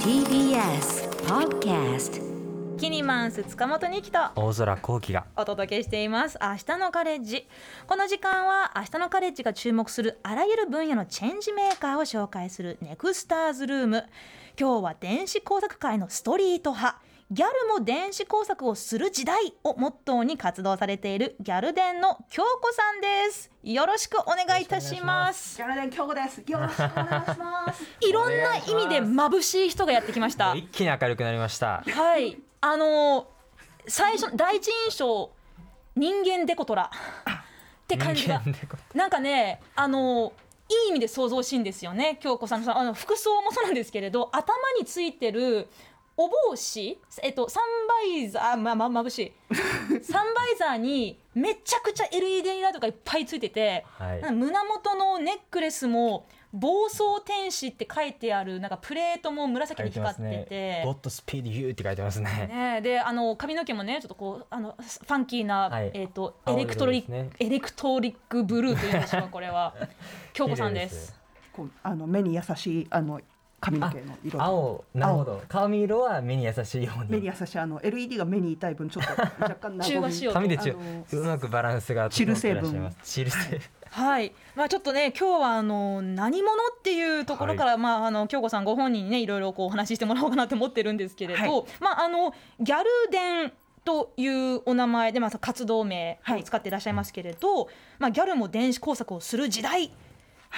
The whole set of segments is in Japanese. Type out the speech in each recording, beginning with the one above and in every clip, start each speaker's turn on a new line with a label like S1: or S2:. S1: TBS Podcast
S2: キニマンス塚本にきと
S3: 大空幸輝が
S2: お届けしています明日のカレッジこの時間は明日のカレッジが注目するあらゆる分野のチェンジメーカーを紹介するネクスターズルーム今日は電子工作界のストリート派ギャルも電子工作をする時代をモットーに活動されているギャル伝の京子さんですよろしくお願いいたします
S4: ギャルデン京子です。よろしくお願いします。
S2: いろんな意味で眩しい人がやってきました
S3: 一気に明るくなりました
S2: はい、あのー最初第一印象人間デコトラって感じが
S3: 人間でこ
S2: なんかねあのーいい意味で想像しいんですよね京子さんのあの服装もそうなんですけれど頭についてるお帽子、えっと、サンバイザーあまままぶしい サンバイザーにめちゃくちゃ LED ライトがいっぱいついてて、
S3: はい
S2: なんか胸元のネックレスも暴走天使って書いてあるなんかプレートも紫
S3: 書い
S2: に
S3: てま
S2: 光っ
S3: す
S2: てて
S3: ねゴッドスピードユーって書いてますね
S2: ねえ、であの髪の毛もねちょっとこうあのファンキーな、
S3: はい
S2: えっ、とエ
S3: 青色
S2: レクトリック、
S3: ですね
S2: エレクトリックブルーというんでしょうかこれ は京子さんです
S4: こうあの目に優しいあの髪の毛の色。
S3: 青なるほど髪色は目に優しいよう
S4: 目に
S3: に
S4: 優しいあの LED が目に痛い分ちょっと若干
S2: 中和
S4: し
S2: 仕様
S3: 髪でちゅ
S4: あの
S3: うまくバランスが
S4: チル成分
S3: 整ってらっしゃいますチル成
S2: はいまあちょっとね今日はあの何者っていうところから、まああの京子さんご本人にねいろいろこうお話ししてもらおうかなと思ってるんですけれど、
S4: はい
S2: まああのギャル伝というお名前でまあ活動名を使っていらっしゃいますけれど、まあギャルも電子工作をする時代っ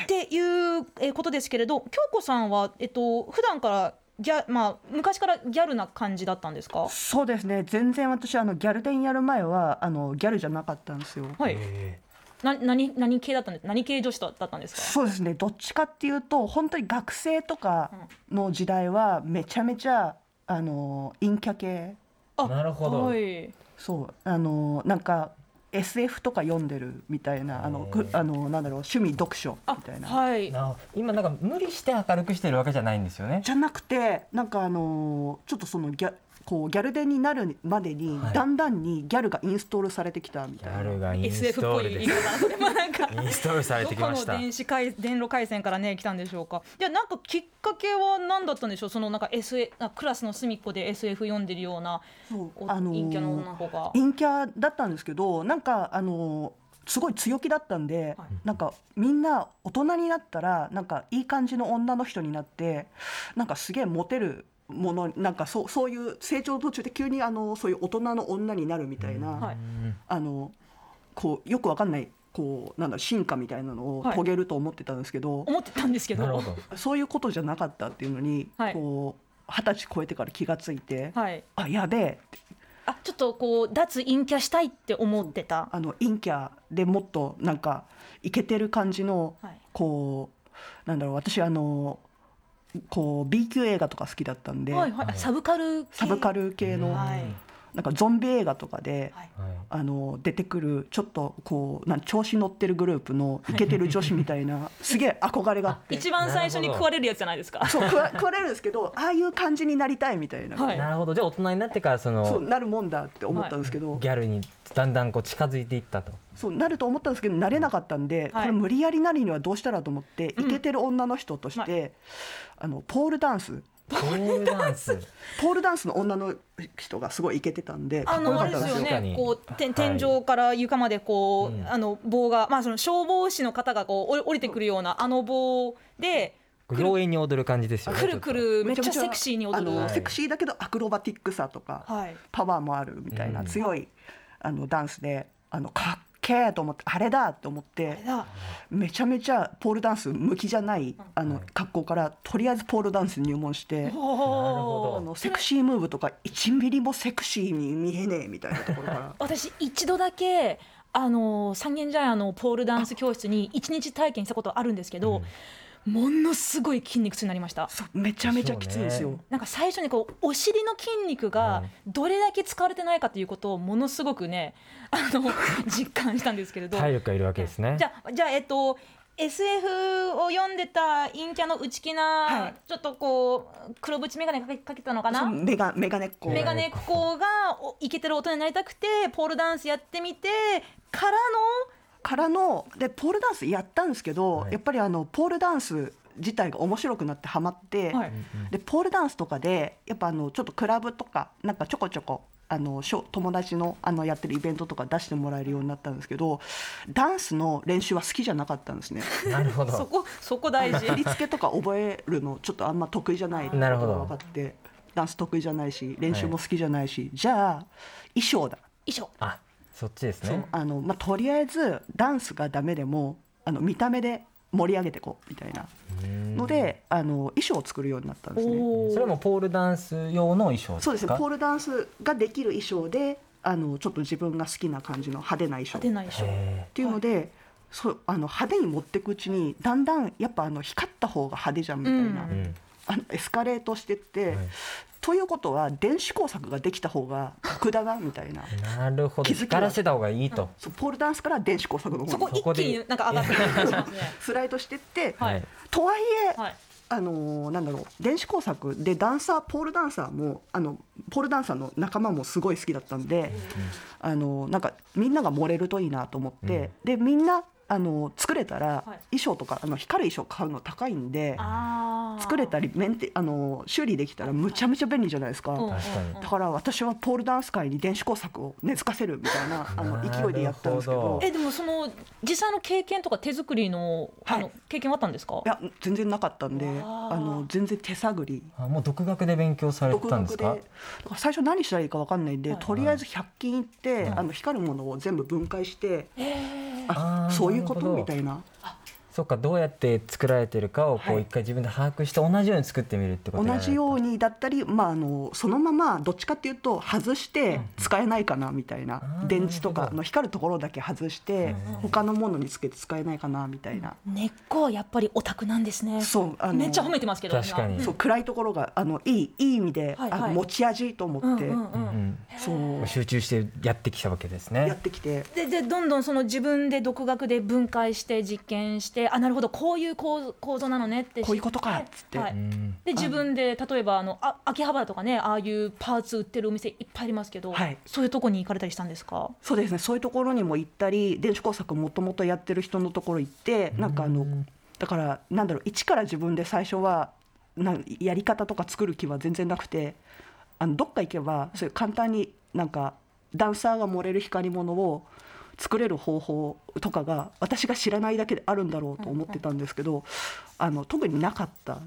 S2: ていうえーことですけれど、京子さんはえっと普段からギャまあ昔からギャルな感じだったんですか。
S4: そうですね。全然私あのギャルデンやる前はあのギャルじゃなかったんですよ。
S2: はい。
S3: え
S2: な何何系だったんです何系女子だったんですか。
S4: そうですね。どっちかっていうと本当に学生とかの時代はめちゃめちゃあの陰キャ系。
S2: あ
S3: なるほど
S2: はい。
S4: そうあのなんか SF とか読んでるみたいなあのくあのなんだろう趣味読書みたいな。
S2: はい。
S3: な今なんか無理して明るくしてるわけじゃないんですよね
S4: じゃなくてなんかあのーちょっとそのギャこうギャルデンになるまでに、
S3: はい
S4: だんだんにギャルがインストールされてきたみ
S3: ギ
S4: たい
S3: ャ
S4: な
S3: ルがイン
S2: SF
S3: ス
S2: っ
S3: ト
S2: ぽ
S3: ール
S2: い
S3: で
S2: 色
S3: す
S2: だでもなんか
S3: インストールされてきま
S2: ど
S3: し
S2: こ
S3: た
S2: の電子回電路回線からね来たんでしょうかじゃあなんかきっかけは何だったんでしょうそのなんか SF あクラスの隅っこで SF 読んでるような
S4: そう
S2: お
S4: あのー
S2: 陰キャの女の子が
S4: 陰キャだったんですけどなんかあのーすごい強気だったんで、
S2: はい
S4: なんかみんな大人になったらなんかいい感じの女の人になってなんかすげえモテるものなんかそうそういう成長途中で急にあのそういう大人の女になるみたいな、
S2: はい
S4: あのこうよくわかんないこうなんだろう進化みたいなのを
S2: はい
S4: 遂げると思ってたんですけど、
S2: 思ってたんですけど
S3: なるほど
S4: そういうことじゃなかったっていうのに、
S2: はい
S4: こう二十歳超えてから気がついて、
S2: はい
S4: あやべえって
S2: あちょっとこう脱陰キャしたいって思ってた
S4: あの陰キャでもっとなんかイケてる感じの、
S2: はい
S4: こうなんだろう私あのこう B 級映画とか好きだったんで、
S2: はいはいあサブカル系
S4: サブカル系の、
S2: はい
S4: なんかゾンビ映画とかで。
S2: はい
S3: はい
S4: あの出てくるちょっとこうなん調子乗ってるグループのイケてる女子みたいなすげえ憧れがあって
S2: 一番最初に食われるやつじゃないですか
S4: そう食わ食われるんですけどああいう感じになりたいみたいな、
S2: はい
S3: なるほどじゃあ大人になってからそ
S4: そう
S3: の
S4: なるもんだって思ったんですけど、
S3: ギャルにだんだんこう近づいていっ たと
S4: そうなると思ったんですけどなれなかったんで、
S2: はい
S4: これ無理やりなりにはどうしたらと思って
S2: う
S4: イ
S2: ん
S4: ケてる女の人として、あのポールダンス
S3: ポールダンス
S4: ポールダンスの女の人がすごいイケてたんでか
S2: あ
S4: っこよ
S2: の
S4: か
S2: あ
S4: っ
S2: れ
S4: た
S2: で
S4: んですす
S2: よ
S4: よ。
S3: 確か
S2: ね
S3: に
S2: こうて
S3: はい
S2: 天井から床までこう、
S3: うん
S2: あの棒がまあその消防士の方がこうおり降りてくるようなあの棒で
S3: 妖艶に踊る感じですよね
S2: くるくるめっちゃセクシーに踊る
S4: あの
S3: はい
S4: セクシーだけどアクロバティックさとか、
S2: はい
S4: パワーもあるみたいな
S3: うん
S4: 強い、あのダンスであのかっけえと思ってあれだと思って。
S2: あれだ
S4: めちゃめちゃポールダンス向きじゃないあの格好からとりあえずポールダンスに入門して
S3: ほど
S4: あのセクシームーブとか1ミリもセクシーに見えねえみたいなところから
S2: 私一度だけあの三軒茶屋のポールダンス教室に一日体験したことあるんですけど、ものすごい筋肉痛になりました
S4: そうめちゃめちゃきついんですよ。
S3: そうね
S2: なんか最初にこうお尻の筋肉がどれだけ使われてないかということをものすごくねあ の実感したんですけれど
S3: 体力がいるわけですね
S2: じゃあじゃあえっと SF を読んでた陰キャの内気な、
S4: はい
S2: ちょっとこう黒縁眼鏡かけかけてたのか
S4: そ
S2: な
S4: うメガメガネっ子
S2: メガネっ子がおイケてる大人になりたくてポールダンスやってみてからの
S4: からのでポールダンスやったんですけど、
S3: はい
S4: やっぱりあのポールダンス自体が面白くなってハマって、
S2: はい
S4: でポールダンスとかでやっぱあのちょっとクラブとかなんかちょこちょこあのしょ友達のあのやってるイベントとか出してもらえるようになったんですけどダンスの練習は好きじゃなかったんですね。
S3: なるほ
S2: そ
S3: ど。
S2: こそこ 大事
S4: 振り付けとか覚えるのちょっとあんま得意じゃないってこと
S3: な
S4: が
S3: るほど
S4: 分かってダンス得意じゃないし練習も好きじゃないし、じゃあ衣装だ
S2: 衣装
S3: あ、そっちです
S4: そう
S3: ね。
S4: あの、まあ、とりあえずダンスがダメでもあの見た目で盛り上げてこうみたいな
S3: うん
S4: ので、あの衣装を作るようになったんですね。
S2: おー
S3: それもポールダンス用の衣装ですか。
S4: そうですねポールダンスができる衣装であのちょっと自分が好きな感じの派手な衣装
S2: 派手な衣装
S3: へ
S4: っていうので、そうあの派手に持っていくうちにだんだんやっぱあの光った方が派手じゃんみたいな、
S2: う
S3: ーうん
S4: あのエスカレートしてって、
S3: はい
S4: ということは電子工作ができた方が格だなみたいな
S3: なるほど。
S4: 気づきは
S3: 光らせた方がいいと。
S4: そうポールダンスから電子工作の
S2: そ
S4: 方
S2: こ
S4: に
S2: 一気になんか上がってくる感じします ね
S4: スライドしてって、
S2: はい
S3: はい
S4: とはいえ、
S2: はい
S4: あのーなんだろう電子工作でダンサーポールダンサーもあのポールダンサーの仲間もすごい好きだったんで、あのーなんかみんなが盛れるといいなと思って、でみんなあのー作れたら
S2: はい
S4: 衣装とかあの光る衣装買うの高いんで
S2: あー
S4: 作れたりメンテあのー修理できたらむちゃむちゃ便利じゃないですか。
S2: うんうんうん
S3: 確かに
S4: だから私はポールダンス界に電子工作を根付かせるみたいなあの
S3: なるほど
S4: 勢いでやったんですけど
S2: えでもその実際の経験とか手作りの,、
S4: はい
S2: あの経験はあったんですか
S4: いや全然なかったんで
S2: わあ
S4: あの全然手探り
S3: あ、もう独学で勉強されて
S4: 独
S3: たんで
S4: 学
S3: す
S4: で
S3: か。
S4: だから最初何したらいいか分かんないんで、
S2: はい
S4: とりあえず100均行って、
S3: うん
S4: あの光るものを全部分解して、
S3: あ
S4: あ
S3: ー
S4: そういうこ
S3: なる
S4: と
S3: ほど
S4: みたいな
S3: そっか、どうやって作られてるかをこ
S4: は
S3: う
S4: い
S3: 一回自分で把握して同じように作ってみるってこと
S4: 同
S3: やられた
S4: じようにだったり、まあ、あのそのままどっちかっていうと外して使えないかなみたいな、
S3: あー
S4: 電池と
S3: な
S4: か
S3: るほど
S4: あの光るところだけ外して、
S3: うん
S4: 他のものにつけて使えないかなみたいな、
S2: 根っこはやっぱりオタクなんですね
S4: そうあの
S2: めっちゃ褒めてますけど
S3: 確かに
S2: 今
S4: そう暗いところがあのいいいい意味で、
S2: はい
S4: あの
S2: はい
S4: 持ち味と思
S2: うん
S4: って、
S2: うんうんうん
S4: そう
S3: 集中してやってきたわけです
S4: やっ
S3: ね。
S4: てきて。
S2: ででどんどんその自分で独学で分解して実験してあなるほどこういう構構造なのねって
S4: こういうことかっつって
S2: は
S3: う
S2: い
S3: ん
S2: で自分で例えばあのあ秋葉原とかねああいうパーツ売ってるお店いっぱいありますけど、
S4: はい
S2: そういうとこに行かれたりしたんですか
S4: そうですねそういうところにも行ったり電子工作をもともとやってる人のところ行ってなんかあの
S3: うん
S4: だからなんだろう一から自分で最初はなんやり方とか作る気は全然なくてあのどっか行けばそういう簡単になんかダンサーが盛れる光り物を作れる方法とかが私が知らないだけであるんだろうと思ってたんですけど、あの特になかった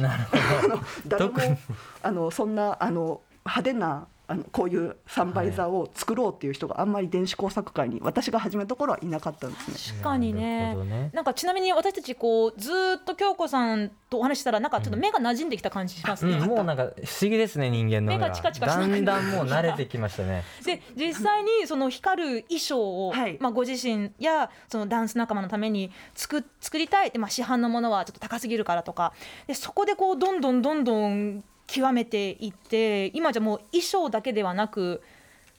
S3: なるほ
S4: あの誰も
S3: 特に
S4: あのそんなあの派手なあのこういうサンバイザーを作ろうっていう人があんまり電子工作会に私が始めた頃はいなかったんですね。
S2: 確かに
S3: な
S2: ね
S3: るほどね
S2: なんかちなみに私たちこうずーっと京子さんとお話ししたらなんかちょっと目が馴染んできた感じします
S3: ど。
S2: ね、
S3: うん、もうなんか不思議ですね人間の
S2: 目がチカチカしなく
S3: だ
S2: なる
S3: んだんもう慣れてきましたね。
S2: で実際にその光る衣装を、
S4: はい
S2: まあ、ご自身やそのダンス仲間のために作作りたいで、まあ、市販のものはちょっと高すぎるからとかでそこでこうどんどんどんどん極めていって今じゃもう衣装だけではなく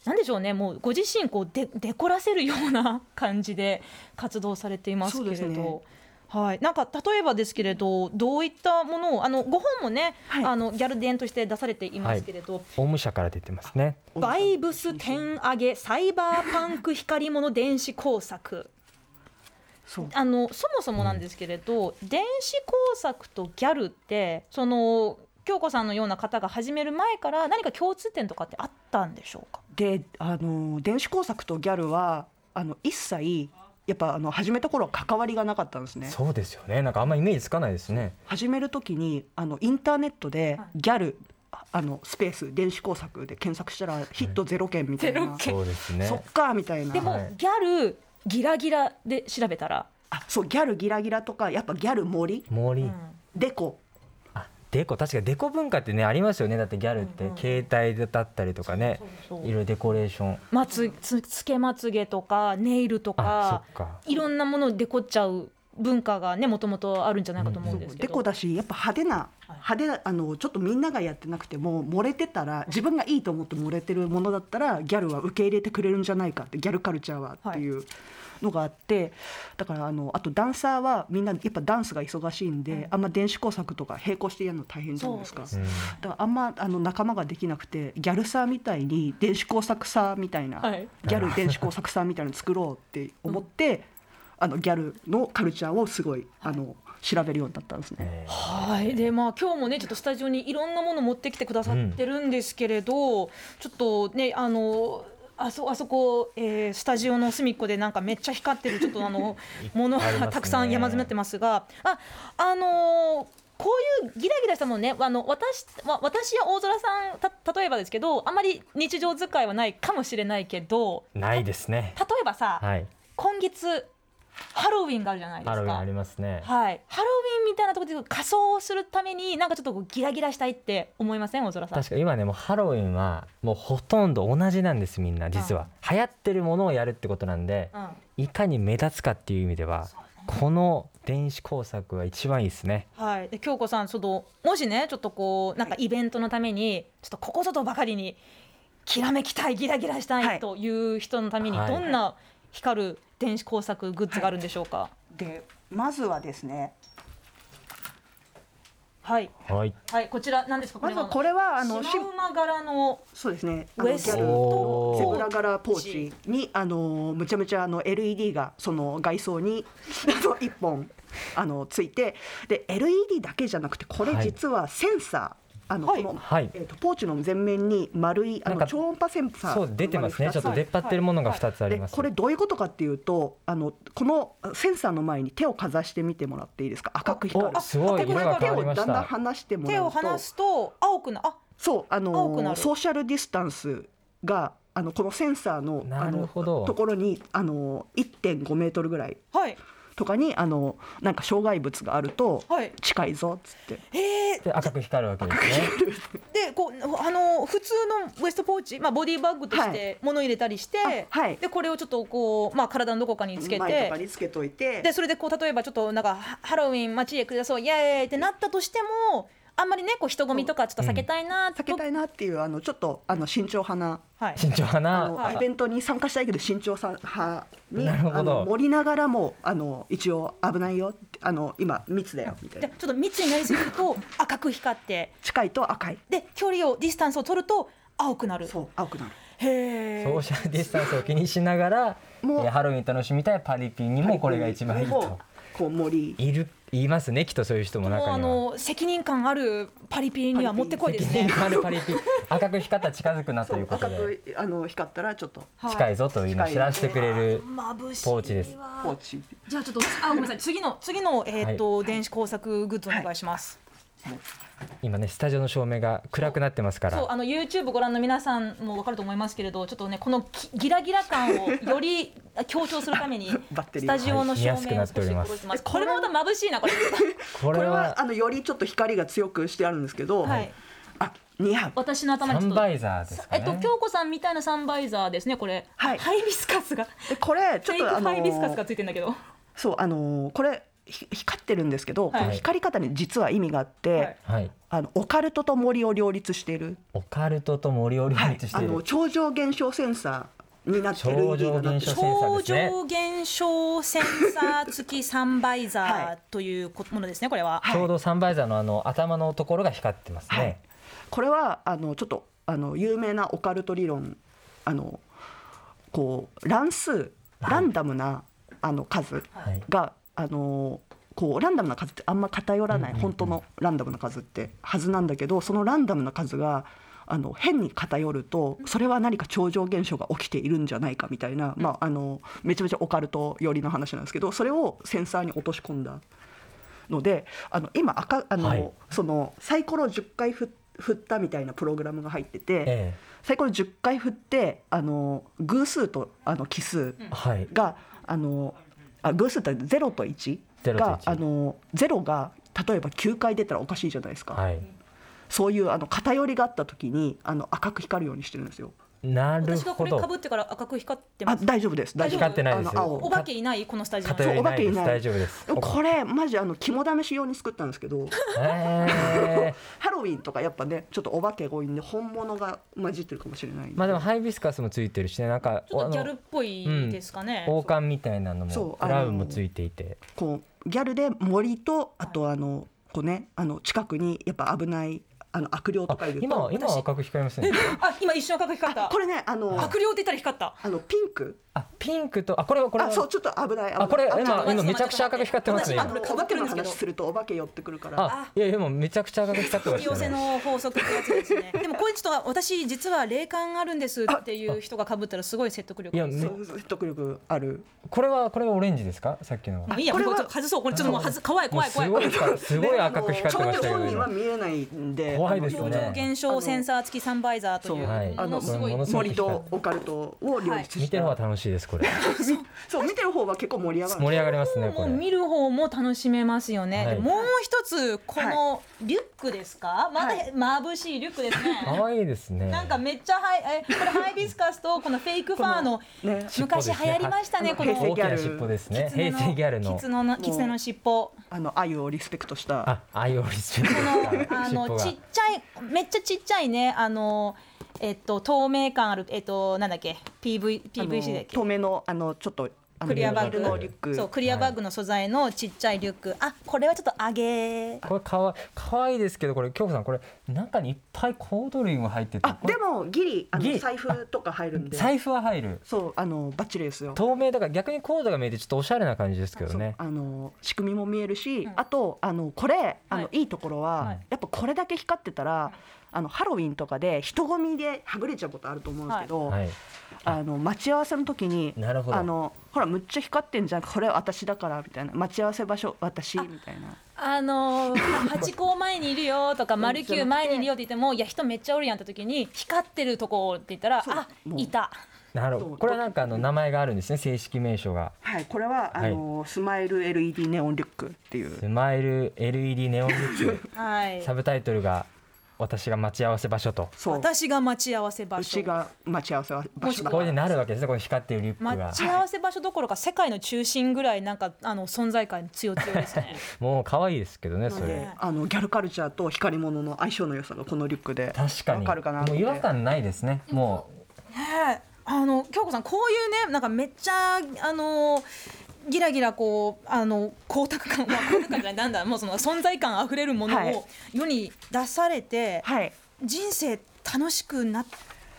S2: なんでしょうねもうご自身こうでデコらせるような感じで活動されていますけれ
S4: そうですね
S2: ど。はい、なんか例えばですけれどどういったものをあのご本もね、
S4: はい
S2: あのギャル伝として出されていますけれど、
S3: 法務社から出てますね。
S2: バイブス天上げサイバーパンク光物電子工作
S4: そう
S2: あのそもそもなんですけれど、電子工作とギャルってその京子さんのような方が始める前から何か共通点とかってあったんでしょうか
S4: であの電子工作とギャルはあの一切やっぱあの始めた頃は関わりがなかったんですね。
S3: そうですよね。なんかあんまイメージつかないですね。
S4: 始める時にあのインターネットで
S2: はい
S4: ギャルああのスペース電子工作で検索したらヒットゼロ件みたいな、
S2: ゼロ件
S3: そうですね
S4: そ。っかみたいな
S2: でも、
S3: はい
S2: ギャルギラギラで調べたら、
S4: あそうギャルギラギラとかやっぱギャル森
S3: 森、
S2: うん
S4: デコ
S3: あデコ確かにデコ文化ってねありますよね。だってギャルって
S2: うんうん
S3: 携帯だったりとかね、
S2: そう
S3: いろいろデコレーション。
S2: まつつつけまつげとかネイルと
S3: あ
S2: か、
S3: そっか。
S2: いろんなものをデコっちゃう文化がねもともとあるんじゃないかと思うんですけ
S4: デ
S2: ど、
S4: コだしやっぱ派手な
S2: はい
S4: 派手なあのちょっとみんながやってなくても漏れてたら自分がいいと思って漏れてるものだったらギャルは受け入れてくれるんじゃないかってギャルカルチャーはっていうのがあって、だからあのあとダンサーはみんなやっぱダンスが忙しいんで、
S2: うん
S4: あんま電子工作とか並行してやるの大変じゃないですか。
S3: うん
S4: だからあんまあの仲間ができなくてギャルサーみたいに電子工作サーみたいな、
S2: はい
S4: ギャル電子工作サーみたいなの作ろうって思って、あのギャルのカルチャーをすごいあの調べるようになったんですね。
S3: えー
S2: はいでまあ今日もねちょっとスタジオにいろんなもの持ってきてくださってるんですけれど、ちょっとねあのあそあそこ、えースタジオの隅っこでなんかめっちゃ光ってるちょっとあ のもの
S3: いっぱいあります
S2: が
S3: ね
S2: たくさん山積みになってますがああのーこういうギラギラしたものねあの私わ私や大空さんた例えばですけどあまり日常使いはないかもしれないけど
S3: ないですね。
S2: 例えばさ、
S3: はい。
S2: 今月ハロウィンがあるじゃないですか。
S3: ハロウィンありますね。
S2: はい、ハロウィンみたいなところで仮装をするためになんかちょっとこうギラギラしたいって思いません大空さん
S3: 確か今ねもうハロウィンはもうほとんど同じなんですみんな実は流行ってるものをやるってことなんで
S2: うん、
S3: いかに目立つかっていう意味ではこの電子工作は一番いいですね
S2: はい、で京子さんそのもしねちょっとこうなんかイベントのためにちょっとここぞとばかりにきらめきたいギラギラした
S4: はいい
S2: という人のために
S3: はい
S2: どんな光る電子工作グッズがあるんでしょうか
S4: でまずはですね
S2: はい、
S3: はい
S2: はい、こちら何ですかこ
S4: ま
S2: れ
S4: ず
S2: は
S4: これはあ
S2: シ
S4: のシン
S2: マウマ柄の
S4: そうですねあ
S2: ウ
S4: の
S2: エスト
S4: ギャル
S2: の
S4: セ
S3: お
S4: ブラ柄ポー
S2: チ
S4: チにあのむちゃむちゃあの LED がその外装に あの一本あのついてで LED だけじゃなくてこれ
S3: はい
S4: 実はセンサー、あの
S2: はい
S4: この、
S3: はい
S4: えー、とポーチの前面に丸いあ
S3: なんか
S4: の超音波センサー
S3: そう出てますね
S4: 丸い
S3: ちょ
S4: 二
S3: っと
S4: つ
S3: 出っ張ってるものが2つあり
S4: で
S3: ます
S4: これどういうことかっていうとあのこのセンサーの前に手をかざしてみてもらっていいですか赤く光る
S3: おすごい
S4: でこれ
S3: 色が
S4: 手
S3: 変わ
S4: を
S3: りま
S4: だ
S3: し
S4: んだん
S3: た
S4: 離しても
S2: 手
S4: ら
S2: を
S4: うと
S2: 離すと青くなあ
S4: そうあの
S2: 青くなる
S4: ソーシャルディスタンスがあのこのセンサーのあ
S3: なる
S4: の
S3: ほど
S4: ところにあの1.5メートルぐらい
S2: はい
S4: とかにあのなんか障害物があると
S2: はい
S4: 近いぞっつって、
S2: えー、
S3: で赤く光るわけですね
S2: でこうあの普通のウエストポーチ、まあ、ボディバッグとし
S4: は
S2: て物入れたりして、
S4: あはい
S2: でこれをちょっとこう、まあ、体のどこかにつけ
S4: 前とか
S2: て
S4: につけといて
S2: でそれでこう例えばちょっとなんかハハロウィン街へ暮らそうイエーイってなったとしてもあんまりねこう人混みとかちょっと避けたいなと
S4: 避けたいなっていうあのちょっとあの慎重派な
S2: はい、
S3: 慎重派
S4: あの、
S3: な
S2: はい
S4: イベントに参加したいけど慎重さ派に
S3: なるほど
S4: あの盛りながらもあの一応危ないよあの今密だよみたい
S2: で
S4: な
S2: ちょっと密になりすぎると赤く光って
S4: 近いと赤い
S2: で距離をディスタンスを取ると青くなる
S4: そう青くなる
S2: へえ
S3: ソーシャルディスタンスを気にしながら
S4: もう
S3: えーハロウィン楽しみたいパリピにもこれが一番いいと
S4: もうこう森
S3: いるいますねきっとそういう人も
S2: もう
S3: 中
S2: あ
S3: には。
S2: の責任感あるパリピにはもってこいです
S3: 責任
S2: ね。
S3: があるパリピ赤く光ったら近づくなということ
S4: 赤
S3: で
S4: くあの光ったらちょっと
S2: はい
S3: 近いぞと今
S4: 近い
S3: 知らせてくれ
S2: 眩
S3: る
S2: しいわ
S3: ポーチです
S4: ポーチ
S2: じゃあちょっとあごめんなさい次の次のえーっと、電子工作グッズお願いします。
S3: 今ねスタジオの照明が暗くなってますか
S2: そう
S3: ら
S2: あの YouTube ご覧の皆さんもわかると思いますけれどちょっとねこのきギラギラ感をより強調するため に
S4: バッテ
S2: ス
S4: リー
S2: タジオの照明を
S3: はい見やすくなっております
S2: 少し下ろしてこれもまた眩しいなこれ。
S3: こ
S4: こ
S3: れ
S4: れは
S3: は
S4: あのよりちょっと光が強くしてあるんですけど、
S2: はい。
S4: あ似合う
S2: 私の頭
S3: サ
S2: にちょ
S3: ン
S2: っと
S3: バ。イザーですか
S2: えっと
S3: ね
S2: 京子さんみたいなサンバイザーですねこれ。
S4: はい
S2: ハイビスカスが。
S4: でこれち
S2: フェ
S4: ょっ
S2: イク
S4: とあの
S2: ハイビスカスがついてんだけど。
S4: そうあのこれひ光ってるんですけど、
S2: はい
S4: この光り方に実は意味があって、
S2: はい
S3: はい
S4: あのオカルトと森を両立している
S3: オカルトと森を両
S4: はい
S3: 立し
S4: あ
S3: てい
S4: の
S3: る
S4: 超常現象センサーになってる
S3: 超常
S4: LED がなっ
S3: 現
S4: てる
S3: 象センサー
S2: 超
S3: ですね
S2: 常現象センサー付きサンバイ
S4: は
S2: ザ
S4: い
S2: ーというこものですねこれは。
S3: ちょうどサンバイザーのあの頭のところが光ってます
S4: はい
S3: ね
S4: これはあのちょっとあの有名なオカルト理論あのこう乱数ランダムなあの数
S3: はい
S4: があのこうランダムな数ってあんま偏らない
S3: うんうんうん
S4: 本当のランダムな数ってはずなんだけどそのランダムな数があの変に偏るとそれは何か超常現象が起きているんじゃないかみたいな、まあ、あのめちゃめちゃオカルト寄りの話なんですけどそれをセンサーに落とし込んだのであの今赤あの、
S3: はい
S4: そのサイコロ10回ふ振ったみたいなプログラムが入ってて、
S3: え
S4: サイコロ10回振ってあの偶数とあの奇数
S3: えはい
S4: があのあ偶数って0と1
S3: 0と
S4: が
S3: 1
S4: あの0が例えば9回出たらおかしいじゃないですか、
S3: はい
S4: そういうあの偏りがあった時にあの赤く光るようにしてるんですよ。
S3: なる
S2: 私がこ
S3: ほ
S2: れか
S3: ど
S2: ぶってから赤く光って
S4: あ
S2: ます。
S4: 大丈夫です大丈夫
S3: 光ってないです
S4: あの青
S2: お化けいないこのスタジオに。
S3: 偏りないです
S4: そうお化けいない
S3: 大丈夫です
S4: でもこれマジあの肝試し用に作ったんですけど
S3: ええ
S4: ハロウィンとかやっぱねちょっとお化け多いんで本物が混じってるかもしれないんで
S3: まあでもハイビスカスもついてるしねなんか
S2: ちょっとギャ
S3: あ
S2: ルっ
S3: の
S2: ぽいですかね。
S3: 王冠みたいなのも
S4: そう
S3: クラウンもついていて
S4: こうギャルで森とあとあのこうねあの近くにやっぱ危ないあの悪霊と
S3: あ
S4: かいると
S3: 今は今は赤く光りますね
S2: あ今一瞬赤く光った。
S4: これねあの
S2: 悪霊って言ったら光った。
S4: あのピンク
S3: あピンクとあこれはこれは
S4: あそうちょっと危ない危ない
S3: あこれ
S4: あちょっ
S3: 今
S4: と
S3: 今めちゃくちゃ赤く光ってますね
S4: あ
S2: 同
S4: こ
S2: じ
S4: れ
S2: 今
S4: 科学の話するとお化け寄ってくるから
S3: あいやいやもうめちゃくちゃ赤く光ってま
S2: 引き寄
S3: した
S2: せ
S3: ね
S2: の法則ってやつですねでもこれちょっと私実は霊感あるんですっていう人がかぶったらすごい説得力
S3: いや
S2: です
S3: め
S4: そう説得力ある
S3: これはこれはオレンジですかさっきのは
S2: もういいや
S4: これは
S2: もうちょっと外そうこれちょっともう外す怖い
S3: もう
S2: 怖い
S3: す
S2: 怖い
S3: ご
S2: 怖
S3: い
S2: い
S3: かすごい赤く光ってましたけ
S4: 本
S3: ど
S4: 人は
S3: 今
S4: 見えないんで
S3: 怖いですね
S4: あの
S2: 表情現象センサー付きサンバイザーとい
S4: そう
S3: は
S2: う
S3: い
S2: ものすごい
S3: あの
S2: は
S4: 森とオカルトを両立
S3: 見
S4: してて、
S3: る方は楽しいですこれ
S4: そう見てる方は結構盛り上がる
S3: 盛り上がりますね
S2: も
S3: こ
S2: う
S3: れ
S2: 見る方も楽しめますよね、
S3: はい
S2: でもう一つこのリュックですか、まだ眩しいリュックです ね、
S3: 可愛いですね
S2: なんかめっちゃハイえこれハイビスカスとこのフェイクファーの
S4: ね
S3: 尻尾で
S2: 昔
S3: す
S2: 流
S3: ね
S2: 行りましたね
S4: はい
S2: こ
S3: 大
S2: の
S4: 平成ギ
S3: き
S4: ャ
S3: な
S4: ル
S3: 尻尾ですね
S2: キツネ
S3: 平
S2: の
S3: 成ギャルの
S2: キツノのキツネの尻尾
S4: あの愛をリスペクトした
S3: あ愛をリスペクト
S2: こ
S3: した
S2: のあ
S3: 尻尾
S2: の
S3: が
S2: ちっちゃいめっちゃちっちゃいねあのえっと透明感あるえっとなんだっけ PV
S4: あの
S2: PVC だっけ
S4: 透明のあのちょっとあの
S2: クリアバッ
S4: ビ
S2: グ
S4: ールのリュック
S2: そうクリアバッグの素材のちっちゃいリュック、あこれはちょっと上げ
S3: これかわ可愛いですけどこれ京子さんこれ中にいっぱいコード類も入ってて
S4: あ
S3: これ
S4: でもギリあ
S3: ギ
S4: の
S3: リ
S4: 財布とか入るんで
S3: 財布は入る
S4: そうあのバッチリですよ
S3: 透明だから逆にコードが見えてちょっとおしゃれな感じですけどね
S4: そうあの仕組みも見えるし、
S2: うん
S4: あとあのこれあの、
S2: はい
S4: い、いところは、
S3: はい
S4: やっぱこれだけ光ってたら、あのハロウィンとかで人混みではぐれちゃうことあると思うんですけど、
S3: はい
S4: あの待ち合わせの時に
S3: なるほど
S4: あのほらむっちゃ光ってんじゃんこれ私だからみたいな待ち合わせ場所私みたいな
S2: あのー八甲前にいるよとか丸九前にいるよって言ってもいや人めっちゃおるやんって時に光ってるとこって言ったら
S4: そう
S2: あ
S4: もう
S2: いた
S3: なるほ
S4: そ
S3: ど
S4: う
S3: これはなんかあの名前があるんですね正式名称が
S4: はいこれはあの、スマイル LED ネオンリュックっていう
S3: スマイル LED ネオンリュック
S2: はい
S3: サブタイトルが私が待ち合わせ場所と
S4: そう
S2: 私が待ち合わせ場
S4: う
S2: 所
S4: ちが待ち合わせ場所だ
S3: こ
S4: か
S3: れで
S4: ら
S3: なるわけですねこの光っているリュックが
S2: 待ち合わせ場所どころか世界の中心ぐらいなんかあの存在感強強ですね
S3: もう可愛いですけどねそ
S2: な
S3: れ
S2: んで
S4: あのギャルカルチャーと光り物の相性の良さがこのリュックで
S3: 確かに
S4: わかるかなって
S3: もう違和感ないですねも
S2: ねえあの京子さんこういうねなんかめっちゃあのギラギラこうあの光沢感まあ光沢感じゃないなんだもうその存在感あふれるも
S4: は
S2: の
S4: い
S2: を世に出されて、
S4: はい
S2: 人生楽しくなっ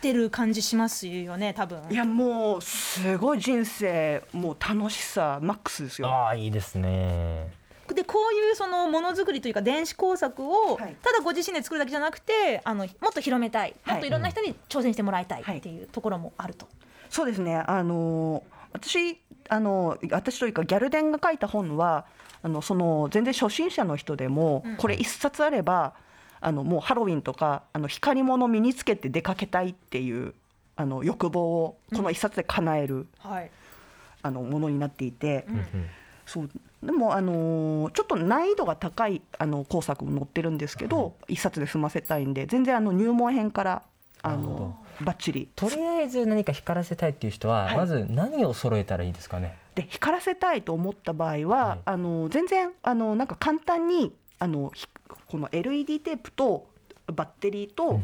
S2: てる感じしますよね多分
S4: いやもうすごい人生もう楽しさマックスです
S3: う
S4: よ
S3: ああいいですね
S2: でこういうそのものづくりというか電子工作を
S4: はい
S2: ただご自身で作るだけじゃなくてあのもっと広めたい
S4: はい
S2: もっといろんな人に挑戦してもらいたい
S4: はい
S2: っていうところもあると。
S4: そうですねあの私あの私というかギャルデンが書いた本はあのその全然初心者の人でも
S2: うん
S4: これ一冊あればあのもうハロウィンとかあの光り物身につけて出かけたいっていうあの欲望をこの一冊で叶える、
S2: はい、
S4: あのものになっていて
S2: う。ん
S4: そうでも、あのーちょっと難易度が高いあの工作も載ってるんですけど、一冊で済ませたいんで全然あの入門編からあ
S3: なるほ
S4: のバッチリ
S3: とりあえず何か光らせたいっていう人は、
S4: はい
S3: まず何を揃えたらいいですかね
S4: で光らせたいと思った場合は、
S3: はい
S4: あの全然あのなんか簡単にあのひこの LED テープとバッテリーと、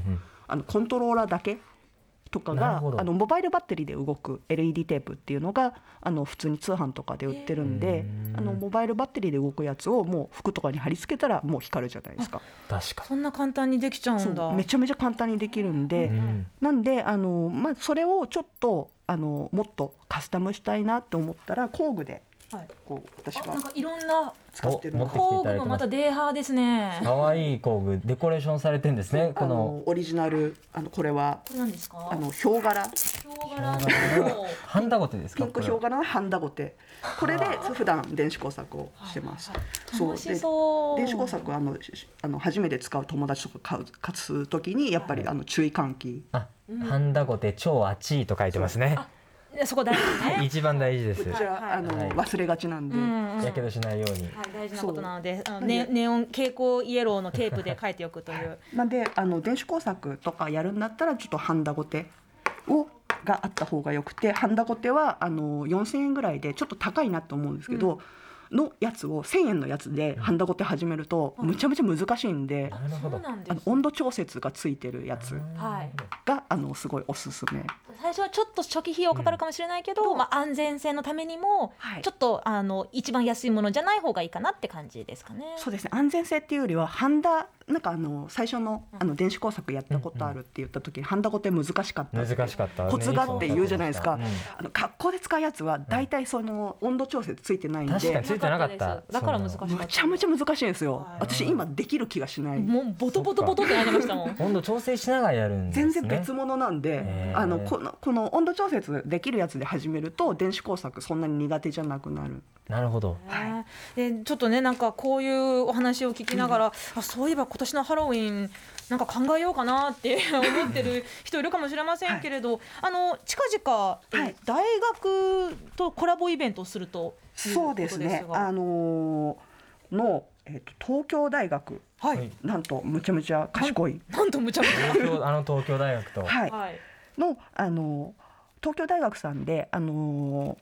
S4: あのコントローラーだけとか
S3: なる
S4: が
S3: ほど
S4: あのモバイルバッテリーで動く LED テープっていうのがあの普通に通販とかで売ってるんで、
S3: うん
S4: あのモバイルバッテリーで動くやつをもう服とかに貼り付けたらもう光るじゃないですか。
S3: 確か
S2: そんな簡単にできちゃう
S4: そ
S2: んだ
S4: うめちゃめちゃ簡単にできるんで、
S3: に、うん
S4: なんであの、まあ、それをちょっとあのもっとカスタムしたいなと思ったら工具で
S2: はい、
S4: こう私
S2: あ
S4: が
S2: なんかいろんな
S4: 使ってる
S3: お
S4: の
S3: 持ってき
S2: 工具もまたデーハーですね。
S3: 可愛い工具デコレーションされてんですねこ
S4: あ
S3: の
S4: のオリジナルあのこれは
S2: これなんですか
S4: あ。のヒョウ柄
S2: ヒョウ柄の。
S3: ハンダゴテです
S4: ピ
S3: か
S4: ンク
S3: こ
S4: ヒ
S3: れ
S4: ョ
S3: は
S4: ウ柄のハンダゴテこれで普段電子工作をしてます。そう
S2: 楽しそう。
S4: で電子工作はあのししあの初めて使う友達とか買う勝つときにやっぱりあの注意喚起
S3: あ、ハンダゴテ超熱いと書いてますね
S2: いやそこ大事 ね。
S3: 一番大事です
S4: こちらあの
S3: はい
S4: 忘れがちなんで、
S2: うんうん
S3: やけどしないように
S2: はい、大事なことなので、あのネネオン蛍光イエローのテープで書いておくという。
S4: なんであの電子工作とかやるんだったらちょっとハンダゴテをがあった方がよくてハンダゴテはあの4,000円ぐらいでちょっと高いなと思うんですけど、のやつを1,000円のやつでハンダゴテ始めるとむちゃむちゃ難しいんで、
S3: なるほ
S2: そう
S3: ど
S2: なんで
S4: あの
S2: す
S4: 温度調節がついてるやつ
S2: はい
S4: があのすごいおすすめ。
S2: 最初はちょっと初期費用かかるかもしれないけど、まあ、安全性のためにも、
S4: はい
S2: ちょっとあの一番安いものじゃない方がいいかなって感じですかね。
S4: そうですね安全性っていうよりはハンダなんかあの最初のあの電子工作やったことあるって言った時にハンダゴテ難しかったって
S3: 難しかった
S4: コツがあって言うじゃないですか
S3: うん
S4: あの格好で使うやつは大体その温度調節ついてないん
S3: 確かに
S4: で
S3: ついてなかった
S2: ですだから難しか
S3: そ
S2: っ
S3: の
S2: た。
S4: むちゃむちゃ難しいんですよ
S2: はい
S4: 私今できる気がしない
S2: もうボトボトボトってなりましたもん。
S3: 温度調整しながらやるんですね
S4: 全然別物なんで、
S3: へー
S4: あのこのこの温度調節できるやつで始めると電子工作そんなに苦手じゃなくなる
S3: なるほど
S4: は
S2: でちょっとねなんかこういうお話を聞きながら、あそういえば今年のハロウィンなんか考えようかなって思ってる人いるかもしれませんけれど、あの近々、え
S4: はい
S2: 大学とコラボイベントをするというこ
S4: そ
S2: と
S4: うです
S2: が
S4: ねあのーの、えっと東京大学
S2: はい、
S3: はい
S4: なんとむちゃむちゃ賢い、
S2: なんと無茶苦
S3: 東 京あの東京大学と
S4: はい
S2: 茶、はい、
S4: のあの東京大学さんであの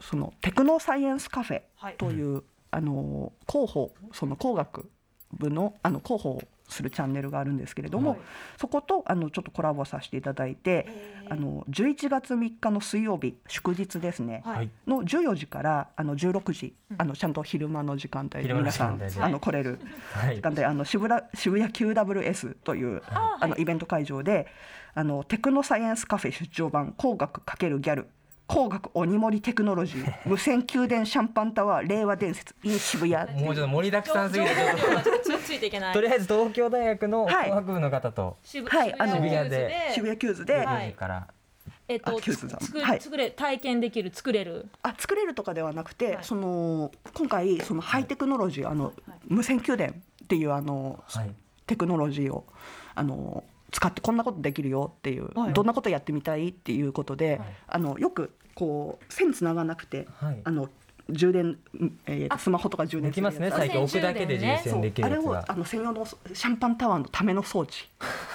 S4: そのテクノサイエンスカフェ
S2: はい
S4: という、あの広報その工学部のあの広報をするチャンネルがあるんですけれども、
S2: はい
S4: そことあのちょっとコラボさせていただいて、
S2: えー
S4: あの11月3日の水曜日祝日ですね、
S2: はい
S3: はい
S4: の14時からあの16時、
S2: うん
S4: あのちゃんと昼間の時間帯で
S3: 昼間の
S4: 皆
S3: 時
S4: さ
S3: 間
S4: ん
S3: 帯で
S4: あの来れる
S3: はい
S4: 時間帯あの渋谷渋谷 QWS という
S2: あ
S4: あのイベント会場であのテクノサイエンスカフェ出張版工学×ギャル工学鬼盛りテクノロジー無線給電シャンパンタワー令和伝説 in 渋谷
S3: もうちょっと盛りだくさんすぎてちょっと
S2: がちょっとついていけな
S3: とりあえず東京大学の
S4: はい
S3: 工学部の方と
S2: 渋
S4: はい
S2: 渋谷
S4: あの
S2: のニュースで
S4: 渋谷キューズで、
S2: はい
S3: 4時から
S2: えっと
S4: あキューズさん
S2: 作
S4: はい
S2: 作れ体験できる作れる
S4: あ作れるとかではなくて、
S2: はい
S4: その今回そのハイテクノロジーあの、
S2: はい
S4: 無線給電っていうあの、
S3: はい
S4: テクノロジーをあの使ってこんなことできるよっていう、
S2: はい
S4: どんなことやってみたいっていうことで、
S3: はい
S4: あのよくこう線つながなくて、
S3: はい
S4: あの充電、えーとスマホとか充電
S3: できますね
S4: るやつ
S3: 最近置くだけで人
S4: そ
S3: 選
S4: う
S3: できる
S4: あ
S3: や
S4: れ
S3: つ
S4: を
S3: が
S4: あの専用のシャンパンタワーのための装置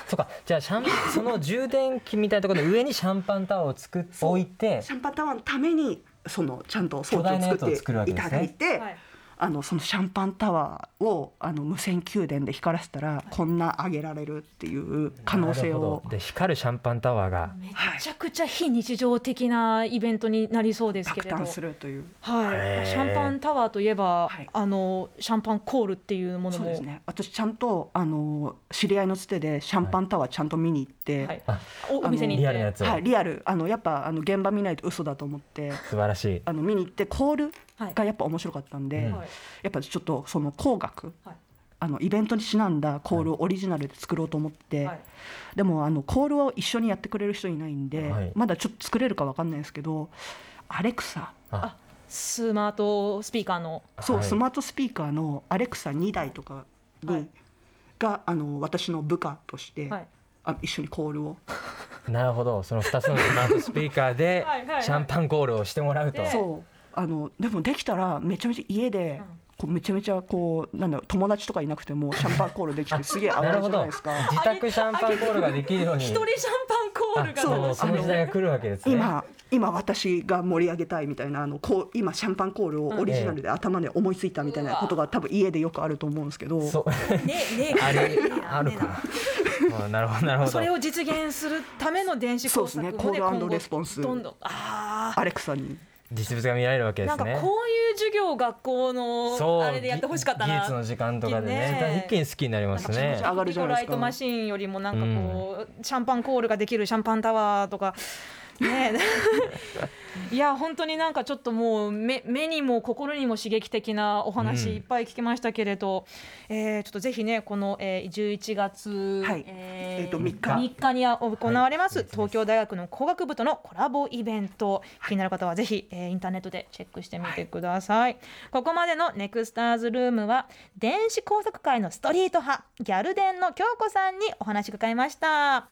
S3: そうかじゃあシャン その充電器みたいなところで上にシャンパンタワーを作っ
S4: そう
S3: 置いて
S4: シャンパンタワーのためにそのちゃんと装置を作っていただいて、
S2: はい
S4: あのそのシャンパンタワーをあの無線給電で光らせたらこんな上げられるっていう可能性
S3: なる
S4: を
S3: ほどで光るシャンパンタワーが
S2: め
S4: はい
S2: ちゃくちゃ非日常的なイベントになりそうですけ
S4: 爆
S2: れど
S4: 誕するという。
S2: は
S3: へ
S2: い
S3: ー
S2: シャンパンタワーといえば
S4: はい
S2: あのシャンパンコールっていうもの
S4: そう
S2: も
S4: ですね、私ちゃんとあの知り合いのつてでシャンパンタワーちゃんと見に行って、
S2: は
S4: はいい
S3: あ
S2: おお店に行
S3: リ
S2: っ
S3: アルなや
S2: て
S3: つを素
S4: リアルあのやっぱあの現場見ないと嘘だと思って
S3: 晴らしい
S4: あの見に行ってコール
S2: はい
S4: がやっぱ面白かったんで、
S3: うん
S2: はい
S4: やっぱちょっとその工学、
S2: はい
S4: あのイベントにちなんだコールをオリジナルで作ろうと思って、
S2: はい
S4: でもあのコールを一緒にやってくれる人いないんで、
S3: はい
S4: まだちょっと作れるかわかんないですけどアレクサ
S3: あ
S2: スマートスピーカーの
S4: そう、
S3: はい
S4: スマートスピーカーのアレクサ2台とかに、
S2: はい
S4: があの私の部下として、
S2: はい
S4: あ一緒にコールを
S3: なるほどその2つのスマートスピーカーで
S2: はいはいはい
S3: シャンパンコールをしてもらうと
S2: で
S4: そうあのでもできたらめちゃめちゃ家で、
S2: うん
S4: こうめちゃめちゃこうなんだろう友達とかいなくてもシャンパンコールでき てすげえ上が
S3: なる
S4: るじ
S3: ほ
S4: ゃな
S3: ど
S4: いですか。
S3: 自宅シャンパンコールができるように
S2: 一人シャンパンコール
S3: あ
S2: が
S3: そ
S2: 楽
S3: う
S2: し
S3: その時代が来るわけですね
S4: 今今私が盛り上げたいみたいなあのこう今シャンパンコールをオリジナルで頭で思いついたみたいなことが多分家でよくあると思うんですけど
S3: そう
S2: みねね
S3: あれあるかなうんなるほどなるほど
S2: それを実現するための電子工作
S4: そうですね
S2: も
S4: コール
S2: 今後
S4: レスポンス
S2: どんどんあ
S4: アレクサに
S3: 実物が見られるわけ
S2: ー
S3: で
S2: なん
S3: す
S2: か
S3: ね
S2: こういう授業を学校
S3: そう
S2: のあれでやってほしかった
S3: 技
S2: な
S3: 術の時間とかでね
S2: ね
S3: 一気に好きになります
S4: なんか気持
S3: ね
S4: ち上がるじゃないで
S2: ピコラ
S4: すか
S2: イトマシーンよりもなんかこう、シャンパンコールができるシャンパンタワーとか。 ねえいや本当になんかちょっともう目目にも心にも刺激的なお話
S3: うん
S2: いっぱい聞きましたけれど、えーちょっとぜひねこの、えー、11月、
S4: はい
S2: え
S4: えーと三日
S2: 3日に行われます、東京大学の工学部とのコラボイベント気になる方はぜひ、えーインターネットでチェックしてみてください、ここまでのネクスターズルームは電子工作界のストリート派ギャルデンの京子さんにお話伺いました